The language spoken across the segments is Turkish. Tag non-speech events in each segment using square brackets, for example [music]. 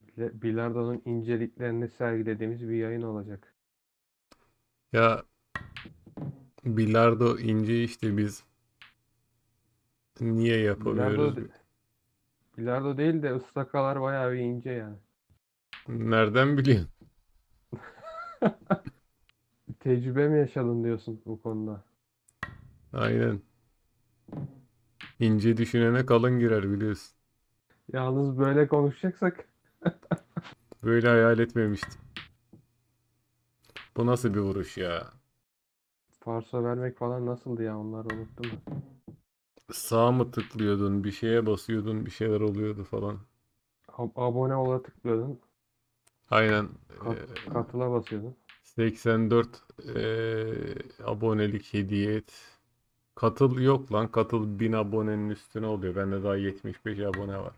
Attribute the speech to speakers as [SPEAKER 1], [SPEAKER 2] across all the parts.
[SPEAKER 1] bilikle- bilardonun inceliklerini sergilediğimiz bir yayın olacak.
[SPEAKER 2] Ya bilardo ince işte biz niye yapamıyoruz?
[SPEAKER 1] Bilardo, bilardo değil de ıstakalar bayağı bir ince yani.
[SPEAKER 2] Nereden biliyorsun?
[SPEAKER 1] Tecrübe mi yaşadın diyorsun bu konuda?
[SPEAKER 2] Aynen. İnce düşünene kalın girer biliyorsun.
[SPEAKER 1] Yalnız böyle konuşacaksak
[SPEAKER 2] Böyle hayal etmemiştim. Bu nasıl bir vuruş ya?
[SPEAKER 1] Farsa vermek falan nasıldı ya onlar unuttum ben.
[SPEAKER 2] Sağa mı tıklıyordun, bir şeye basıyordun, bir şeyler oluyordu falan.
[SPEAKER 1] Ab- abone ola tıklıyordun.
[SPEAKER 2] Aynen. e,
[SPEAKER 1] Kat-
[SPEAKER 2] eee,
[SPEAKER 1] katıla basıyordun.
[SPEAKER 2] 84 eee, abonelik hediye et. Katıl yok lan. Katıl 1000 abonenin üstüne oluyor. Bende daha 75 abone var.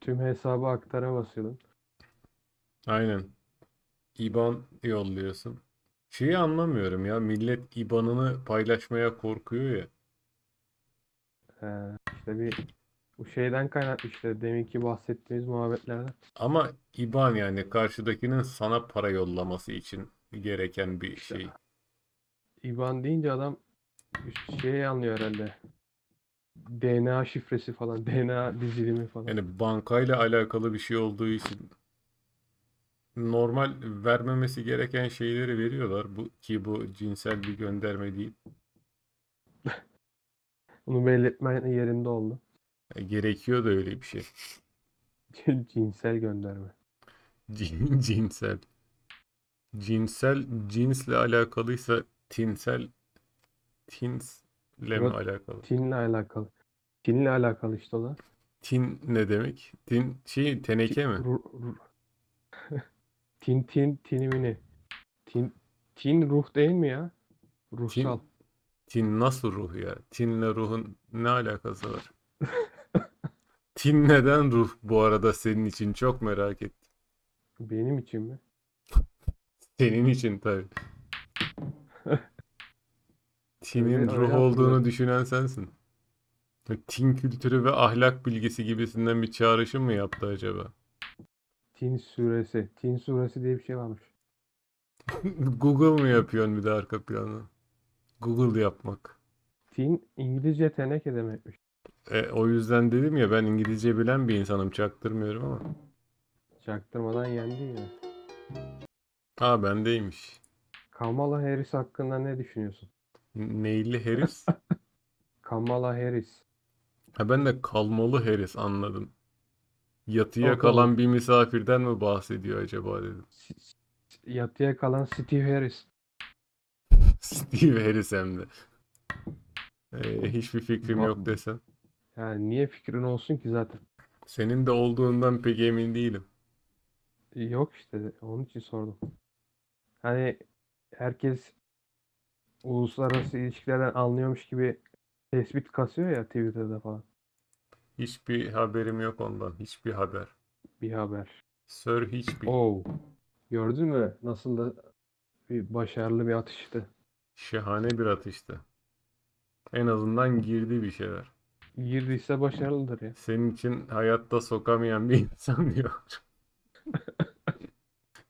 [SPEAKER 1] Tüm hesabı aktara basıyordun.
[SPEAKER 2] Aynen. IBAN yolluyorsun. Şeyi anlamıyorum ya. Millet IBAN'ını paylaşmaya korkuyor ya.
[SPEAKER 1] Ee, işte bir bu şeyden kaynaklı işte deminki bahsettiğimiz muhabbetlerden.
[SPEAKER 2] Ama IBAN yani karşıdakinin sana para yollaması için gereken bir
[SPEAKER 1] İşte.
[SPEAKER 2] şey.
[SPEAKER 1] IBAN deyince adam şey anlıyor herhalde. DNA şifresi falan, DNA dizilimi falan.
[SPEAKER 2] Yani bankayla alakalı bir şey olduğu için normal vermemesi gereken şeyleri veriyorlar. Bu ki bu cinsel bir gönderme değil.
[SPEAKER 1] Bunu belirtmen yerinde oldu. [laughs]
[SPEAKER 2] E, Gerekiyor da öyle bir şey. [laughs]
[SPEAKER 1] Cinsel gönderme.
[SPEAKER 2] Cin- Cinsel. Cinsel cinsle alakalıysa tinsel tinsle mi
[SPEAKER 1] Yok.
[SPEAKER 2] alakalı?
[SPEAKER 1] Tin'le alakalı. Tin'le alakalı işte o da.
[SPEAKER 2] Tin ne demek? Tin şey teneke mi?
[SPEAKER 1] Ru- ru- [laughs] Tin tin tinimini. Tin tin ruh değil mi ya? Ruhsal.
[SPEAKER 2] Tin nasıl ruh ya? Tinle ruhun ne
[SPEAKER 1] [laughs]
[SPEAKER 2] alakası var? Tin neden ruh bu arada senin için çok merak ettim.
[SPEAKER 1] Benim için mi?
[SPEAKER 2] Senin
[SPEAKER 1] [laughs]
[SPEAKER 2] için tabii. Tin'in
[SPEAKER 1] Öyle-
[SPEAKER 2] ruh
[SPEAKER 1] öyle
[SPEAKER 2] olduğunu
[SPEAKER 1] hatırlıyorum.
[SPEAKER 2] düşünen sensin. Tin kültürü ve ahlak bilgisi gibisinden bir çağrışım mı yaptı acaba? [laughs]
[SPEAKER 1] Tin suresi. Tin suresi diye bir şey varmış.
[SPEAKER 2] Google mu yapıyorsun bir de arka planı? Google yapmak.
[SPEAKER 1] Tin İngilizce teneke demekmiş.
[SPEAKER 2] E, o yüzden dedim ya ben İngilizce bilen bir insanım çaktırmıyorum ama.
[SPEAKER 1] Çaktırmadan yendi yine.
[SPEAKER 2] Ha bendeymiş.
[SPEAKER 1] Kamala Harris hakkında ne düşünüyorsun?
[SPEAKER 2] Neyli Harris?
[SPEAKER 1] Kamala Harris.
[SPEAKER 2] Ha ben de kalmalı Harris anladım. Yatıya
[SPEAKER 1] Kalkalı.
[SPEAKER 2] kalan bir misafirden mi bahsediyor acaba dedim. [laughs]
[SPEAKER 1] S- s- Yatıya kalan Steve Harris.
[SPEAKER 2] Steve Harris hem de. E, hiçbir fikrim
[SPEAKER 1] Ba-
[SPEAKER 2] yok desem.
[SPEAKER 1] Yani niye fikrin olsun ki zaten?
[SPEAKER 2] Senin de olduğundan pek emin değilim.
[SPEAKER 1] Yok işte onun için sordum. Hani herkes uluslararası ilişkilerden anlıyormuş gibi tespit kasıyor ya Twitter'da falan.
[SPEAKER 2] Hiçbir haberim yok ondan. Hiçbir haber.
[SPEAKER 1] Bir haber.
[SPEAKER 2] Sir hiçbir.
[SPEAKER 1] Oo. Gördün mü? Nasıl da bir başarılı bir atıştı.
[SPEAKER 2] Şahane bir atıştı. En azından girdi bir şeyler.
[SPEAKER 1] Girdiyse başarılıdır ya.
[SPEAKER 2] Senin için hayatta sokamayan bir [laughs] insan diyor.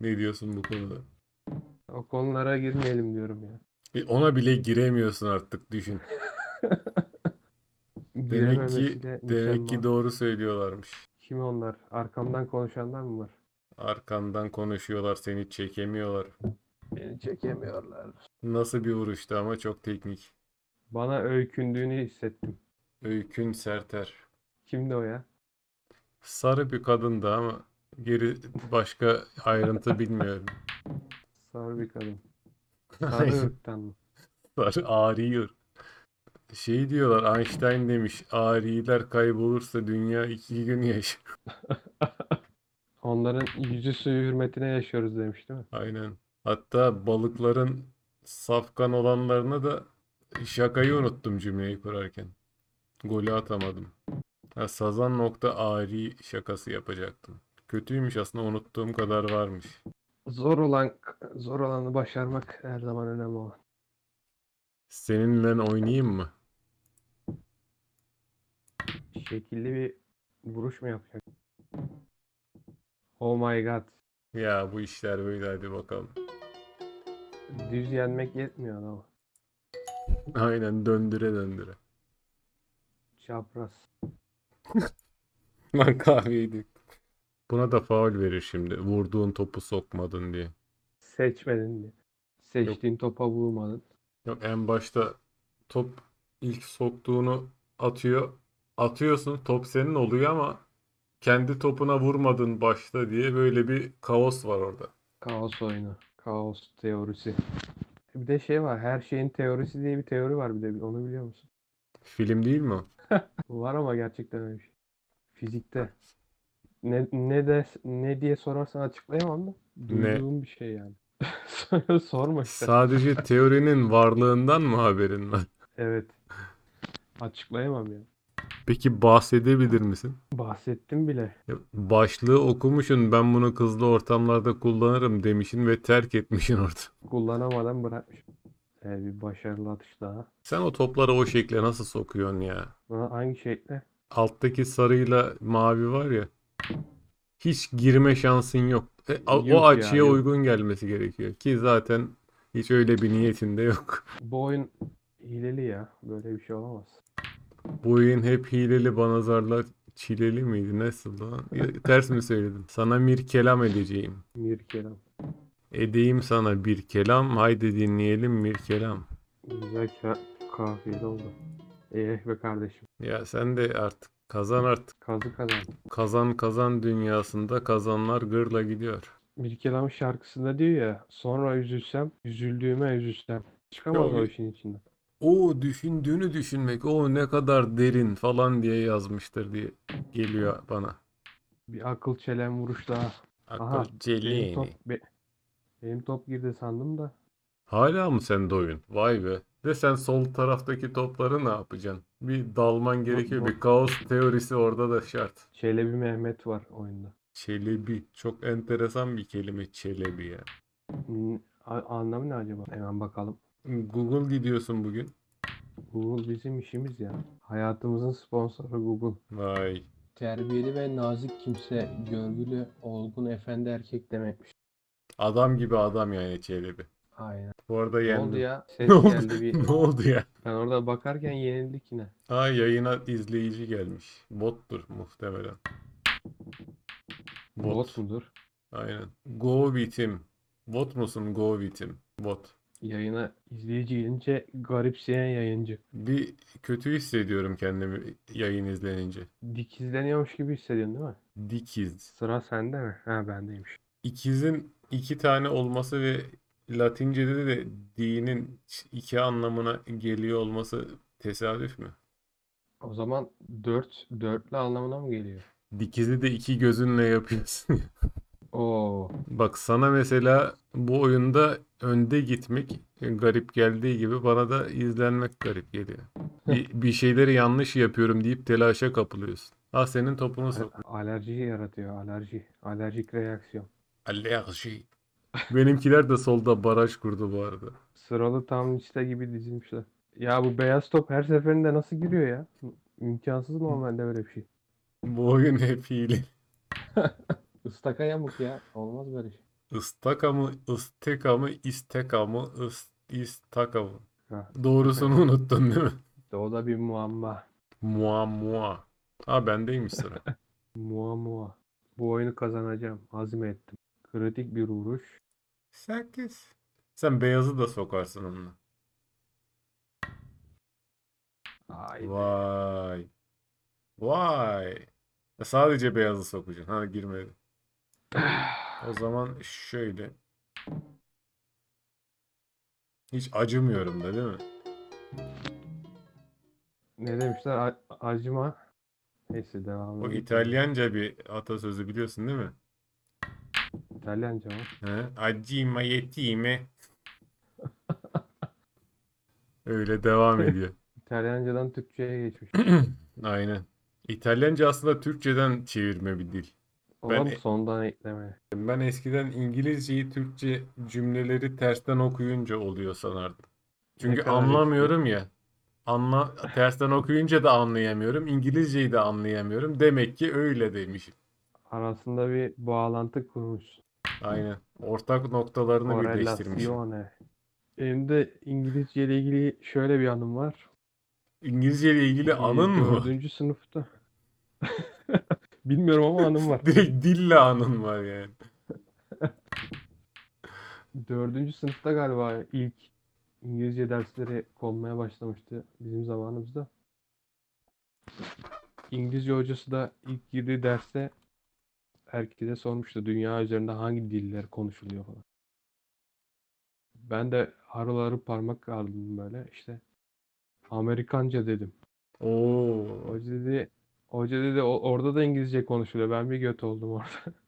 [SPEAKER 2] Ne diyorsun bu konuda?
[SPEAKER 1] O konulara girmeyelim diyorum ya.
[SPEAKER 2] E, Ona bile giremiyorsun artık düşün. Demek ki
[SPEAKER 1] Girememesi de
[SPEAKER 2] demek ki
[SPEAKER 1] mükemmel.
[SPEAKER 2] doğru söylüyorlarmış.
[SPEAKER 1] Kim onlar? Arkamdan konuşanlar mı var?
[SPEAKER 2] Arkandan konuşuyorlar, seni çekemiyorlar.
[SPEAKER 1] Beni çekemiyorlar.
[SPEAKER 2] Nasıl bir vuruştu ama çok teknik.
[SPEAKER 1] Bana öykündüğünü hissettim.
[SPEAKER 2] Öykün Serter.
[SPEAKER 1] Kimdi o ya?
[SPEAKER 2] Sarı bir kadındı ama geri başka ayrıntı bilmiyorum.
[SPEAKER 1] Sarı bir kadın.
[SPEAKER 2] Aynen. [laughs]
[SPEAKER 1] Sarı ırktan mı?
[SPEAKER 2] Var, ağrıyor. Şey diyorlar, Einstein demiş, ağrılar kaybolursa dünya iki gün yaşar.
[SPEAKER 1] Onların yüzü suyu hürmetine yaşıyoruz demiş değil mi?
[SPEAKER 2] Aynen. Hatta balıkların safkan olanlarına da şakayı unuttum cümleyi kurarken. Golü atamadım. Ha, sazan nokta ari şakası yapacaktım. Kötüymüş aslında unuttuğum kadar varmış.
[SPEAKER 1] Zor olan zor olanı başarmak her zaman önemli olan.
[SPEAKER 2] Seninle oynayayım mı?
[SPEAKER 1] Şekilli bir vuruş mu yapacak? Oh my god.
[SPEAKER 2] Ya bu işler böyle hadi bakalım. [laughs]
[SPEAKER 1] Düz yenmek yetmiyor ama.
[SPEAKER 2] Aynen döndüre döndüre.
[SPEAKER 1] Çapraz.
[SPEAKER 2] Lan kahveydik. Buna da faul verir şimdi. Vurduğun topu sokmadın diye.
[SPEAKER 1] Seçmedin diye. Seçtiğin topa vurmadın.
[SPEAKER 2] Yok en başta top ilk soktuğunu atıyor. Atıyorsun top senin oluyor ama kendi topuna vurmadın başta diye böyle bir kaos var orada.
[SPEAKER 1] Kaos oyunu. Kaos teorisi. Bir de şey var. Her şeyin teorisi diye bir teori var bir de. Onu biliyor musun?
[SPEAKER 2] Film değil [laughs] mi? o?
[SPEAKER 1] Var ama gerçekten öyle bir şey. Fizikte. Ne, ne de ne diye sorarsan açıklayamam da. Duyduğum bir şey yani. [laughs] Sonra Sorma işte.
[SPEAKER 2] Sadece teorinin varlığından mı haberin var?
[SPEAKER 1] Evet. Açıklayamam ya.
[SPEAKER 2] Peki bahsedebilir misin?
[SPEAKER 1] Bahsettim bile.
[SPEAKER 2] Ya Başlığı okumuşsun ben bunu kızlı ortamlarda kullanırım demişsin ve terk etmişsin orada.
[SPEAKER 1] Kullanamadan bırakmışım. Ee, bir başarılı atış daha.
[SPEAKER 2] Sen o topları o şekle nasıl sokuyorsun ya?
[SPEAKER 1] Buna hangi şekle?
[SPEAKER 2] Alttaki sarıyla mavi var ya. Hiç girme şansın yok. E, a-
[SPEAKER 1] Yok
[SPEAKER 2] o
[SPEAKER 1] ya,
[SPEAKER 2] açıya
[SPEAKER 1] yok.
[SPEAKER 2] uygun gelmesi gerekiyor ki zaten hiç öyle bir niyetinde yok. [laughs]
[SPEAKER 1] Bu oyun hileli ya. Böyle bir şey olamaz.
[SPEAKER 2] Bu oyun hep hileli bana zarlar çileli miydi? Nasıl lan? Ya, Ters mi söyledim? Sana mir kelam edeceğim.
[SPEAKER 1] Mir kelam.
[SPEAKER 2] Edeyim sana bir kelam. Haydi dinleyelim bir kelam.
[SPEAKER 1] Güzel ka kafiyeli oldu. Eh be kardeşim.
[SPEAKER 2] Ya sen de artık kazan artık.
[SPEAKER 1] Kazı kazan.
[SPEAKER 2] Kazan kazan dünyasında kazanlar gırla gidiyor.
[SPEAKER 1] Bir kelam şarkısında diyor ya. Sonra üzülsem, üzüldüğüme üzülsem. Çıkamaz
[SPEAKER 2] Yok.
[SPEAKER 1] o işin içinden.
[SPEAKER 2] O düşündüğünü düşünmek, o ne kadar derin falan diye yazmıştır diye geliyor bana.
[SPEAKER 1] Bir akıl çelen vuruş daha. Aha,
[SPEAKER 2] Akıl
[SPEAKER 1] Benim
[SPEAKER 2] Celini.
[SPEAKER 1] top, be- benim top girdi sandım da.
[SPEAKER 2] Hala mı sende oyun? Vay be. De sen sol taraftaki topları ne yapacaksın? Bir dalman gerekiyor.
[SPEAKER 1] bu-
[SPEAKER 2] Bir kaos teorisi orada da şart.
[SPEAKER 1] Çelebi Mehmet var oyunda.
[SPEAKER 2] Çelebi. Çok enteresan bir kelime çelebi ya.
[SPEAKER 1] Hmm, a- anlamı ne acaba? Hemen bakalım.
[SPEAKER 2] Google gidiyorsun bugün.
[SPEAKER 1] Google bizim işimiz ya. Hayatımızın sponsoru Google.
[SPEAKER 2] Vay.
[SPEAKER 1] Terbiyeli ve nazik kimse, görgülü, olgun efendi erkek demekmiş.
[SPEAKER 2] Adam gibi adam yani çelebi.
[SPEAKER 1] Aynen.
[SPEAKER 2] Bu arada
[SPEAKER 1] Ne oldu
[SPEAKER 2] yendim.
[SPEAKER 1] ya? Ses
[SPEAKER 2] Ne oldu?
[SPEAKER 1] geldi bir.
[SPEAKER 2] [laughs] Ne oldu ya?
[SPEAKER 1] Ben orada bakarken yenildik yine.
[SPEAKER 2] Aa yayına izleyici gelmiş. Bottur muhtemelen. Bot.
[SPEAKER 1] Bot mudur?
[SPEAKER 2] Aynen. Go bitim. Bot musun Go bitim? Bot.
[SPEAKER 1] Yayına izleyici gelince garipseyen yayıncı.
[SPEAKER 2] Bir kötü hissediyorum kendimi yayın izlenince.
[SPEAKER 1] Dikizleniyormuş gibi hissediyorsun değil mi?
[SPEAKER 2] Dikiz.
[SPEAKER 1] Sıra sende mi? Ha bendeymiş.
[SPEAKER 2] İkizin iki tane olması ve Latince'de de dinin iki anlamına geliyor olması tesadüf mü?
[SPEAKER 1] O zaman dört, dörtlü anlamına mı geliyor?
[SPEAKER 2] Dikizi de iki gözünle yapıyorsun.
[SPEAKER 1] Oo,
[SPEAKER 2] Bak sana mesela bu oyunda önde gitmek e, garip geldiği gibi bana da izlenmek garip geliyor. Bir, bir şeyleri yanlış yapıyorum deyip telaşa kapılıyorsun. Ah senin topunu sok.
[SPEAKER 1] alerji yaratıyor, alerji. Alerjik reaksiyon.
[SPEAKER 2] Alerji. Benimkiler de solda baraj kurdu bu arada.
[SPEAKER 1] Sıralı tam liste gibi dizilmişler. Ya bu beyaz top her seferinde nasıl giriyor ya? İmkansız normalde böyle bir şey.
[SPEAKER 2] Bu oyun hep hile.
[SPEAKER 1] Istaka yamuk ya. Olmaz böyle şey.
[SPEAKER 2] Istaka mı, ısteka mı, isteka mı, is, istaka mı?
[SPEAKER 1] Ha.
[SPEAKER 2] Doğrusunu unuttun değil mi?
[SPEAKER 1] İşte o da bir muamma.
[SPEAKER 2] Mua mua. Ha bendeymiş sıra.
[SPEAKER 1] Mua mua. Bu oyunu kazanacağım. Azmettim. Kritik bir vuruş.
[SPEAKER 2] 8. Sen beyazı da sokarsın onunla.
[SPEAKER 1] Haydi.
[SPEAKER 2] Vay. Vay. E, Sadece beyazı sokacaksın. Ha girmedi. O zaman şöyle. Hiç acımıyorum da değil mi?
[SPEAKER 1] Ne demişler? A- acıma. Neyse devam
[SPEAKER 2] O
[SPEAKER 1] edelim.
[SPEAKER 2] İtalyanca bir atasözü biliyorsun değil mi?
[SPEAKER 1] İtalyanca mı?
[SPEAKER 2] He? Acima yetime. Öyle devam ediyor.
[SPEAKER 1] İtalyancadan Türkçe'ye geçmiş.
[SPEAKER 2] Aynen. İtalyanca aslında Türkçeden çevirme bir dil.
[SPEAKER 1] Oğlum
[SPEAKER 2] Ben-
[SPEAKER 1] sondan ekleme.
[SPEAKER 2] Ben eskiden İngilizceyi Türkçe cümleleri tersten okuyunca oluyor sanardım. Çünkü
[SPEAKER 1] kadar
[SPEAKER 2] anlamıyorum ya. Anla, tersten okuyunca da anlayamıyorum. İngilizceyi de anlayamıyorum. Demek ki öyle demişim.
[SPEAKER 1] Arasında bir bağlantı kurmuş.
[SPEAKER 2] Aynen. Ortak noktalarını birleştirmiş.
[SPEAKER 1] Korrelasyone. Benim de İngilizce ile ilgili şöyle bir anım var. Ee,
[SPEAKER 2] İngilizce ile ilgili anın mı? var?
[SPEAKER 1] Dördüncü sınıfta. [laughs] Bilmiyorum ama anım
[SPEAKER 2] [laughs]
[SPEAKER 1] var.
[SPEAKER 2] [laughs] Direkt dille anın var yani.
[SPEAKER 1] Dördüncü sınıfta galiba ilk İngilizce dersleri konmaya başlamıştı bizim zamanımızda. İngilizce hocası da ilk girdiği derste herkese sormuştu dünya üzerinde hangi diller konuşuluyor falan. Ben de harıl harıl parmak kaldım böyle işte Amerikanca dedim.
[SPEAKER 2] Oo.
[SPEAKER 1] Hoca dedi, hoca dedi "O- orada da İngilizce konuşuluyor. Ben bir göt oldum orada.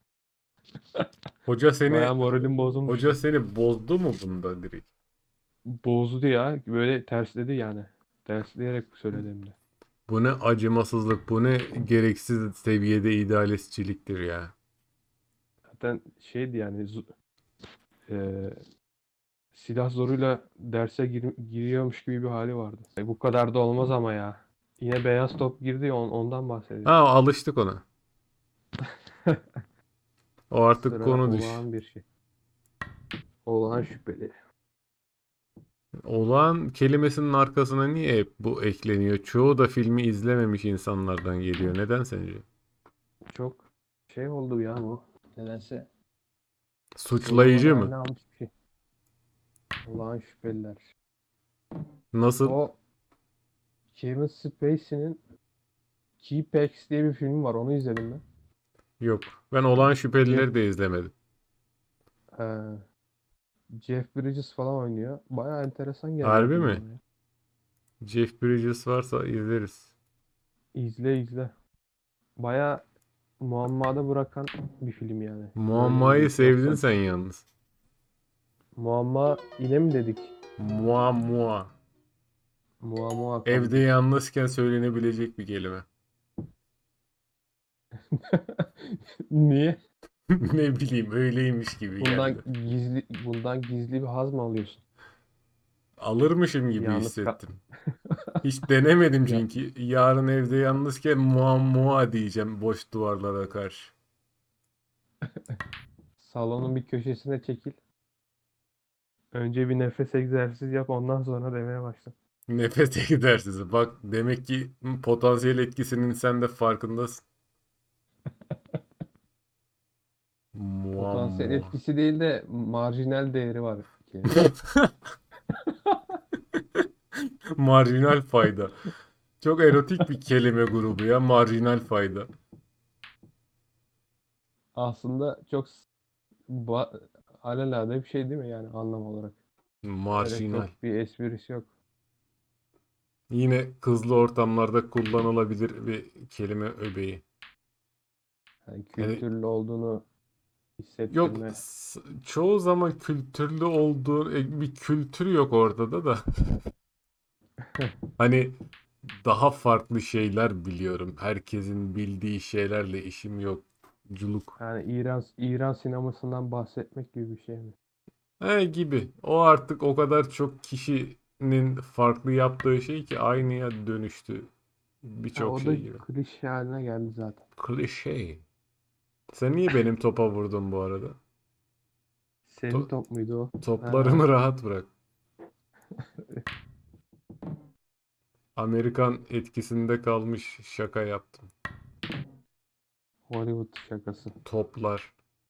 [SPEAKER 2] Hoca
[SPEAKER 1] Bayağı
[SPEAKER 2] seni
[SPEAKER 1] moralim bozulmuş.
[SPEAKER 2] hoca seni bozdu mu bunda direkt?
[SPEAKER 1] Bozdu ya. Böyle tersledi yani. Tersleyerek söyledim de.
[SPEAKER 2] Bu ne acımasızlık, bu ne gereksiz seviyede idealistçiliktir ya.
[SPEAKER 1] Zaten şeydi yani zu- eee, silah zoruyla derse gir- giriyormuş gibi bir hali vardı. E, bu kadar da olmaz ama ya. Yine beyaz top girdi ya on- ondan bahsediyorum.
[SPEAKER 2] Ha alıştık ona. O artık
[SPEAKER 1] Sıra
[SPEAKER 2] konu düş.
[SPEAKER 1] olağan bir şey. Olağan şüpheli.
[SPEAKER 2] Olağan kelimesinin arkasına niye hep bu ekleniyor? Çoğu da filmi izlememiş insanlardan geliyor. Neden sence?
[SPEAKER 1] Çok şey oldu ya bu. Nedense.
[SPEAKER 2] Suçlayıcı mı?
[SPEAKER 1] Olağan almış bir şey. Olağan şüpheliler.
[SPEAKER 2] Nasıl?
[SPEAKER 1] O Kevin Spacey'nin Keypacks diye bir filmi var. Onu izledim mi?
[SPEAKER 2] Yok. Ben olağan şüphelileri de izlemedim.
[SPEAKER 1] Ee, Jeff Bridges falan oynuyor. Bayağı enteresan geldi
[SPEAKER 2] Harbi
[SPEAKER 1] bana
[SPEAKER 2] mi?
[SPEAKER 1] ya.
[SPEAKER 2] Jeff Bridges varsa izleriz.
[SPEAKER 1] İzle izle. Bayağı muammada bırakan bir film yani.
[SPEAKER 2] Muammayı
[SPEAKER 1] Öyle
[SPEAKER 2] sevdin
[SPEAKER 1] baksan-
[SPEAKER 2] sen yalnız.
[SPEAKER 1] Muamma ile mi dedik?
[SPEAKER 2] Mua mua.
[SPEAKER 1] Muamma hakkında.
[SPEAKER 2] Evde yalnızken söylenebilecek bir kelime.
[SPEAKER 1] [laughs]
[SPEAKER 2] [laughs]
[SPEAKER 1] Niye?
[SPEAKER 2] Ne bileyim öyleymiş gibi geldi.
[SPEAKER 1] Bundan gizli bundan gizli bir haz mı alıyorsun?
[SPEAKER 2] Alırmışım gibi
[SPEAKER 1] Yalnız ka-
[SPEAKER 2] hissettim. [laughs] Hiç denemedim
[SPEAKER 1] Ya-
[SPEAKER 2] çünkü. Yarın evde yalnızken mua mua diyeceğim boş duvarlara karşı.
[SPEAKER 1] Salonun bir köşesine çekil. Önce bir nefes egzersizi yap, ondan sonra demeye başla.
[SPEAKER 2] Nefes [laughs] egzersizi. Bak demek ki potansiyel etkisinin sen de farkındasın. Mua
[SPEAKER 1] Potansiyel
[SPEAKER 2] mua.
[SPEAKER 1] etkisi değil de marjinal değeri var ki.
[SPEAKER 2] [laughs] Marjinal fayda. Çok erotik bir kelime grubu ya. Marjinal fayda.
[SPEAKER 1] Aslında çok s- ba- alelade bir şey değil mi yani anlam olarak? Öyle
[SPEAKER 2] Marjinal.
[SPEAKER 1] çok bir esprisi yok.
[SPEAKER 2] Yine kızlı ortamlarda kullanılabilir bir kelime öbeği.
[SPEAKER 1] Yani
[SPEAKER 2] Yani-
[SPEAKER 1] kültürlü olduğunu
[SPEAKER 2] Yok,
[SPEAKER 1] hissettirme.
[SPEAKER 2] s- çoğu zaman kültürlü olduğu e, bir kültür yok
[SPEAKER 1] [laughs]
[SPEAKER 2] ortada da. Hani daha farklı şeyler biliyorum. Herkesin bildiği şeylerle işim yok. Culuk.
[SPEAKER 1] Yani İran İran sinemasından bahsetmek gibi bir şey mi?
[SPEAKER 2] He gibi. O artık o kadar çok kişinin farklı yaptığı şey ki aynıya dönüştü.
[SPEAKER 1] Ya
[SPEAKER 2] Birçok
[SPEAKER 1] o
[SPEAKER 2] şey
[SPEAKER 1] da
[SPEAKER 2] gibi.
[SPEAKER 1] klişe haline geldi zaten.
[SPEAKER 2] Klişe. Sen niye benim topa vurdun bu arada?
[SPEAKER 1] Seri
[SPEAKER 2] To-
[SPEAKER 1] top muydu o?
[SPEAKER 2] Toplarımı rahat bırak. Amerikan etkisinde kalmış şaka yaptım.
[SPEAKER 1] Hollywood şakası.
[SPEAKER 2] Toplar.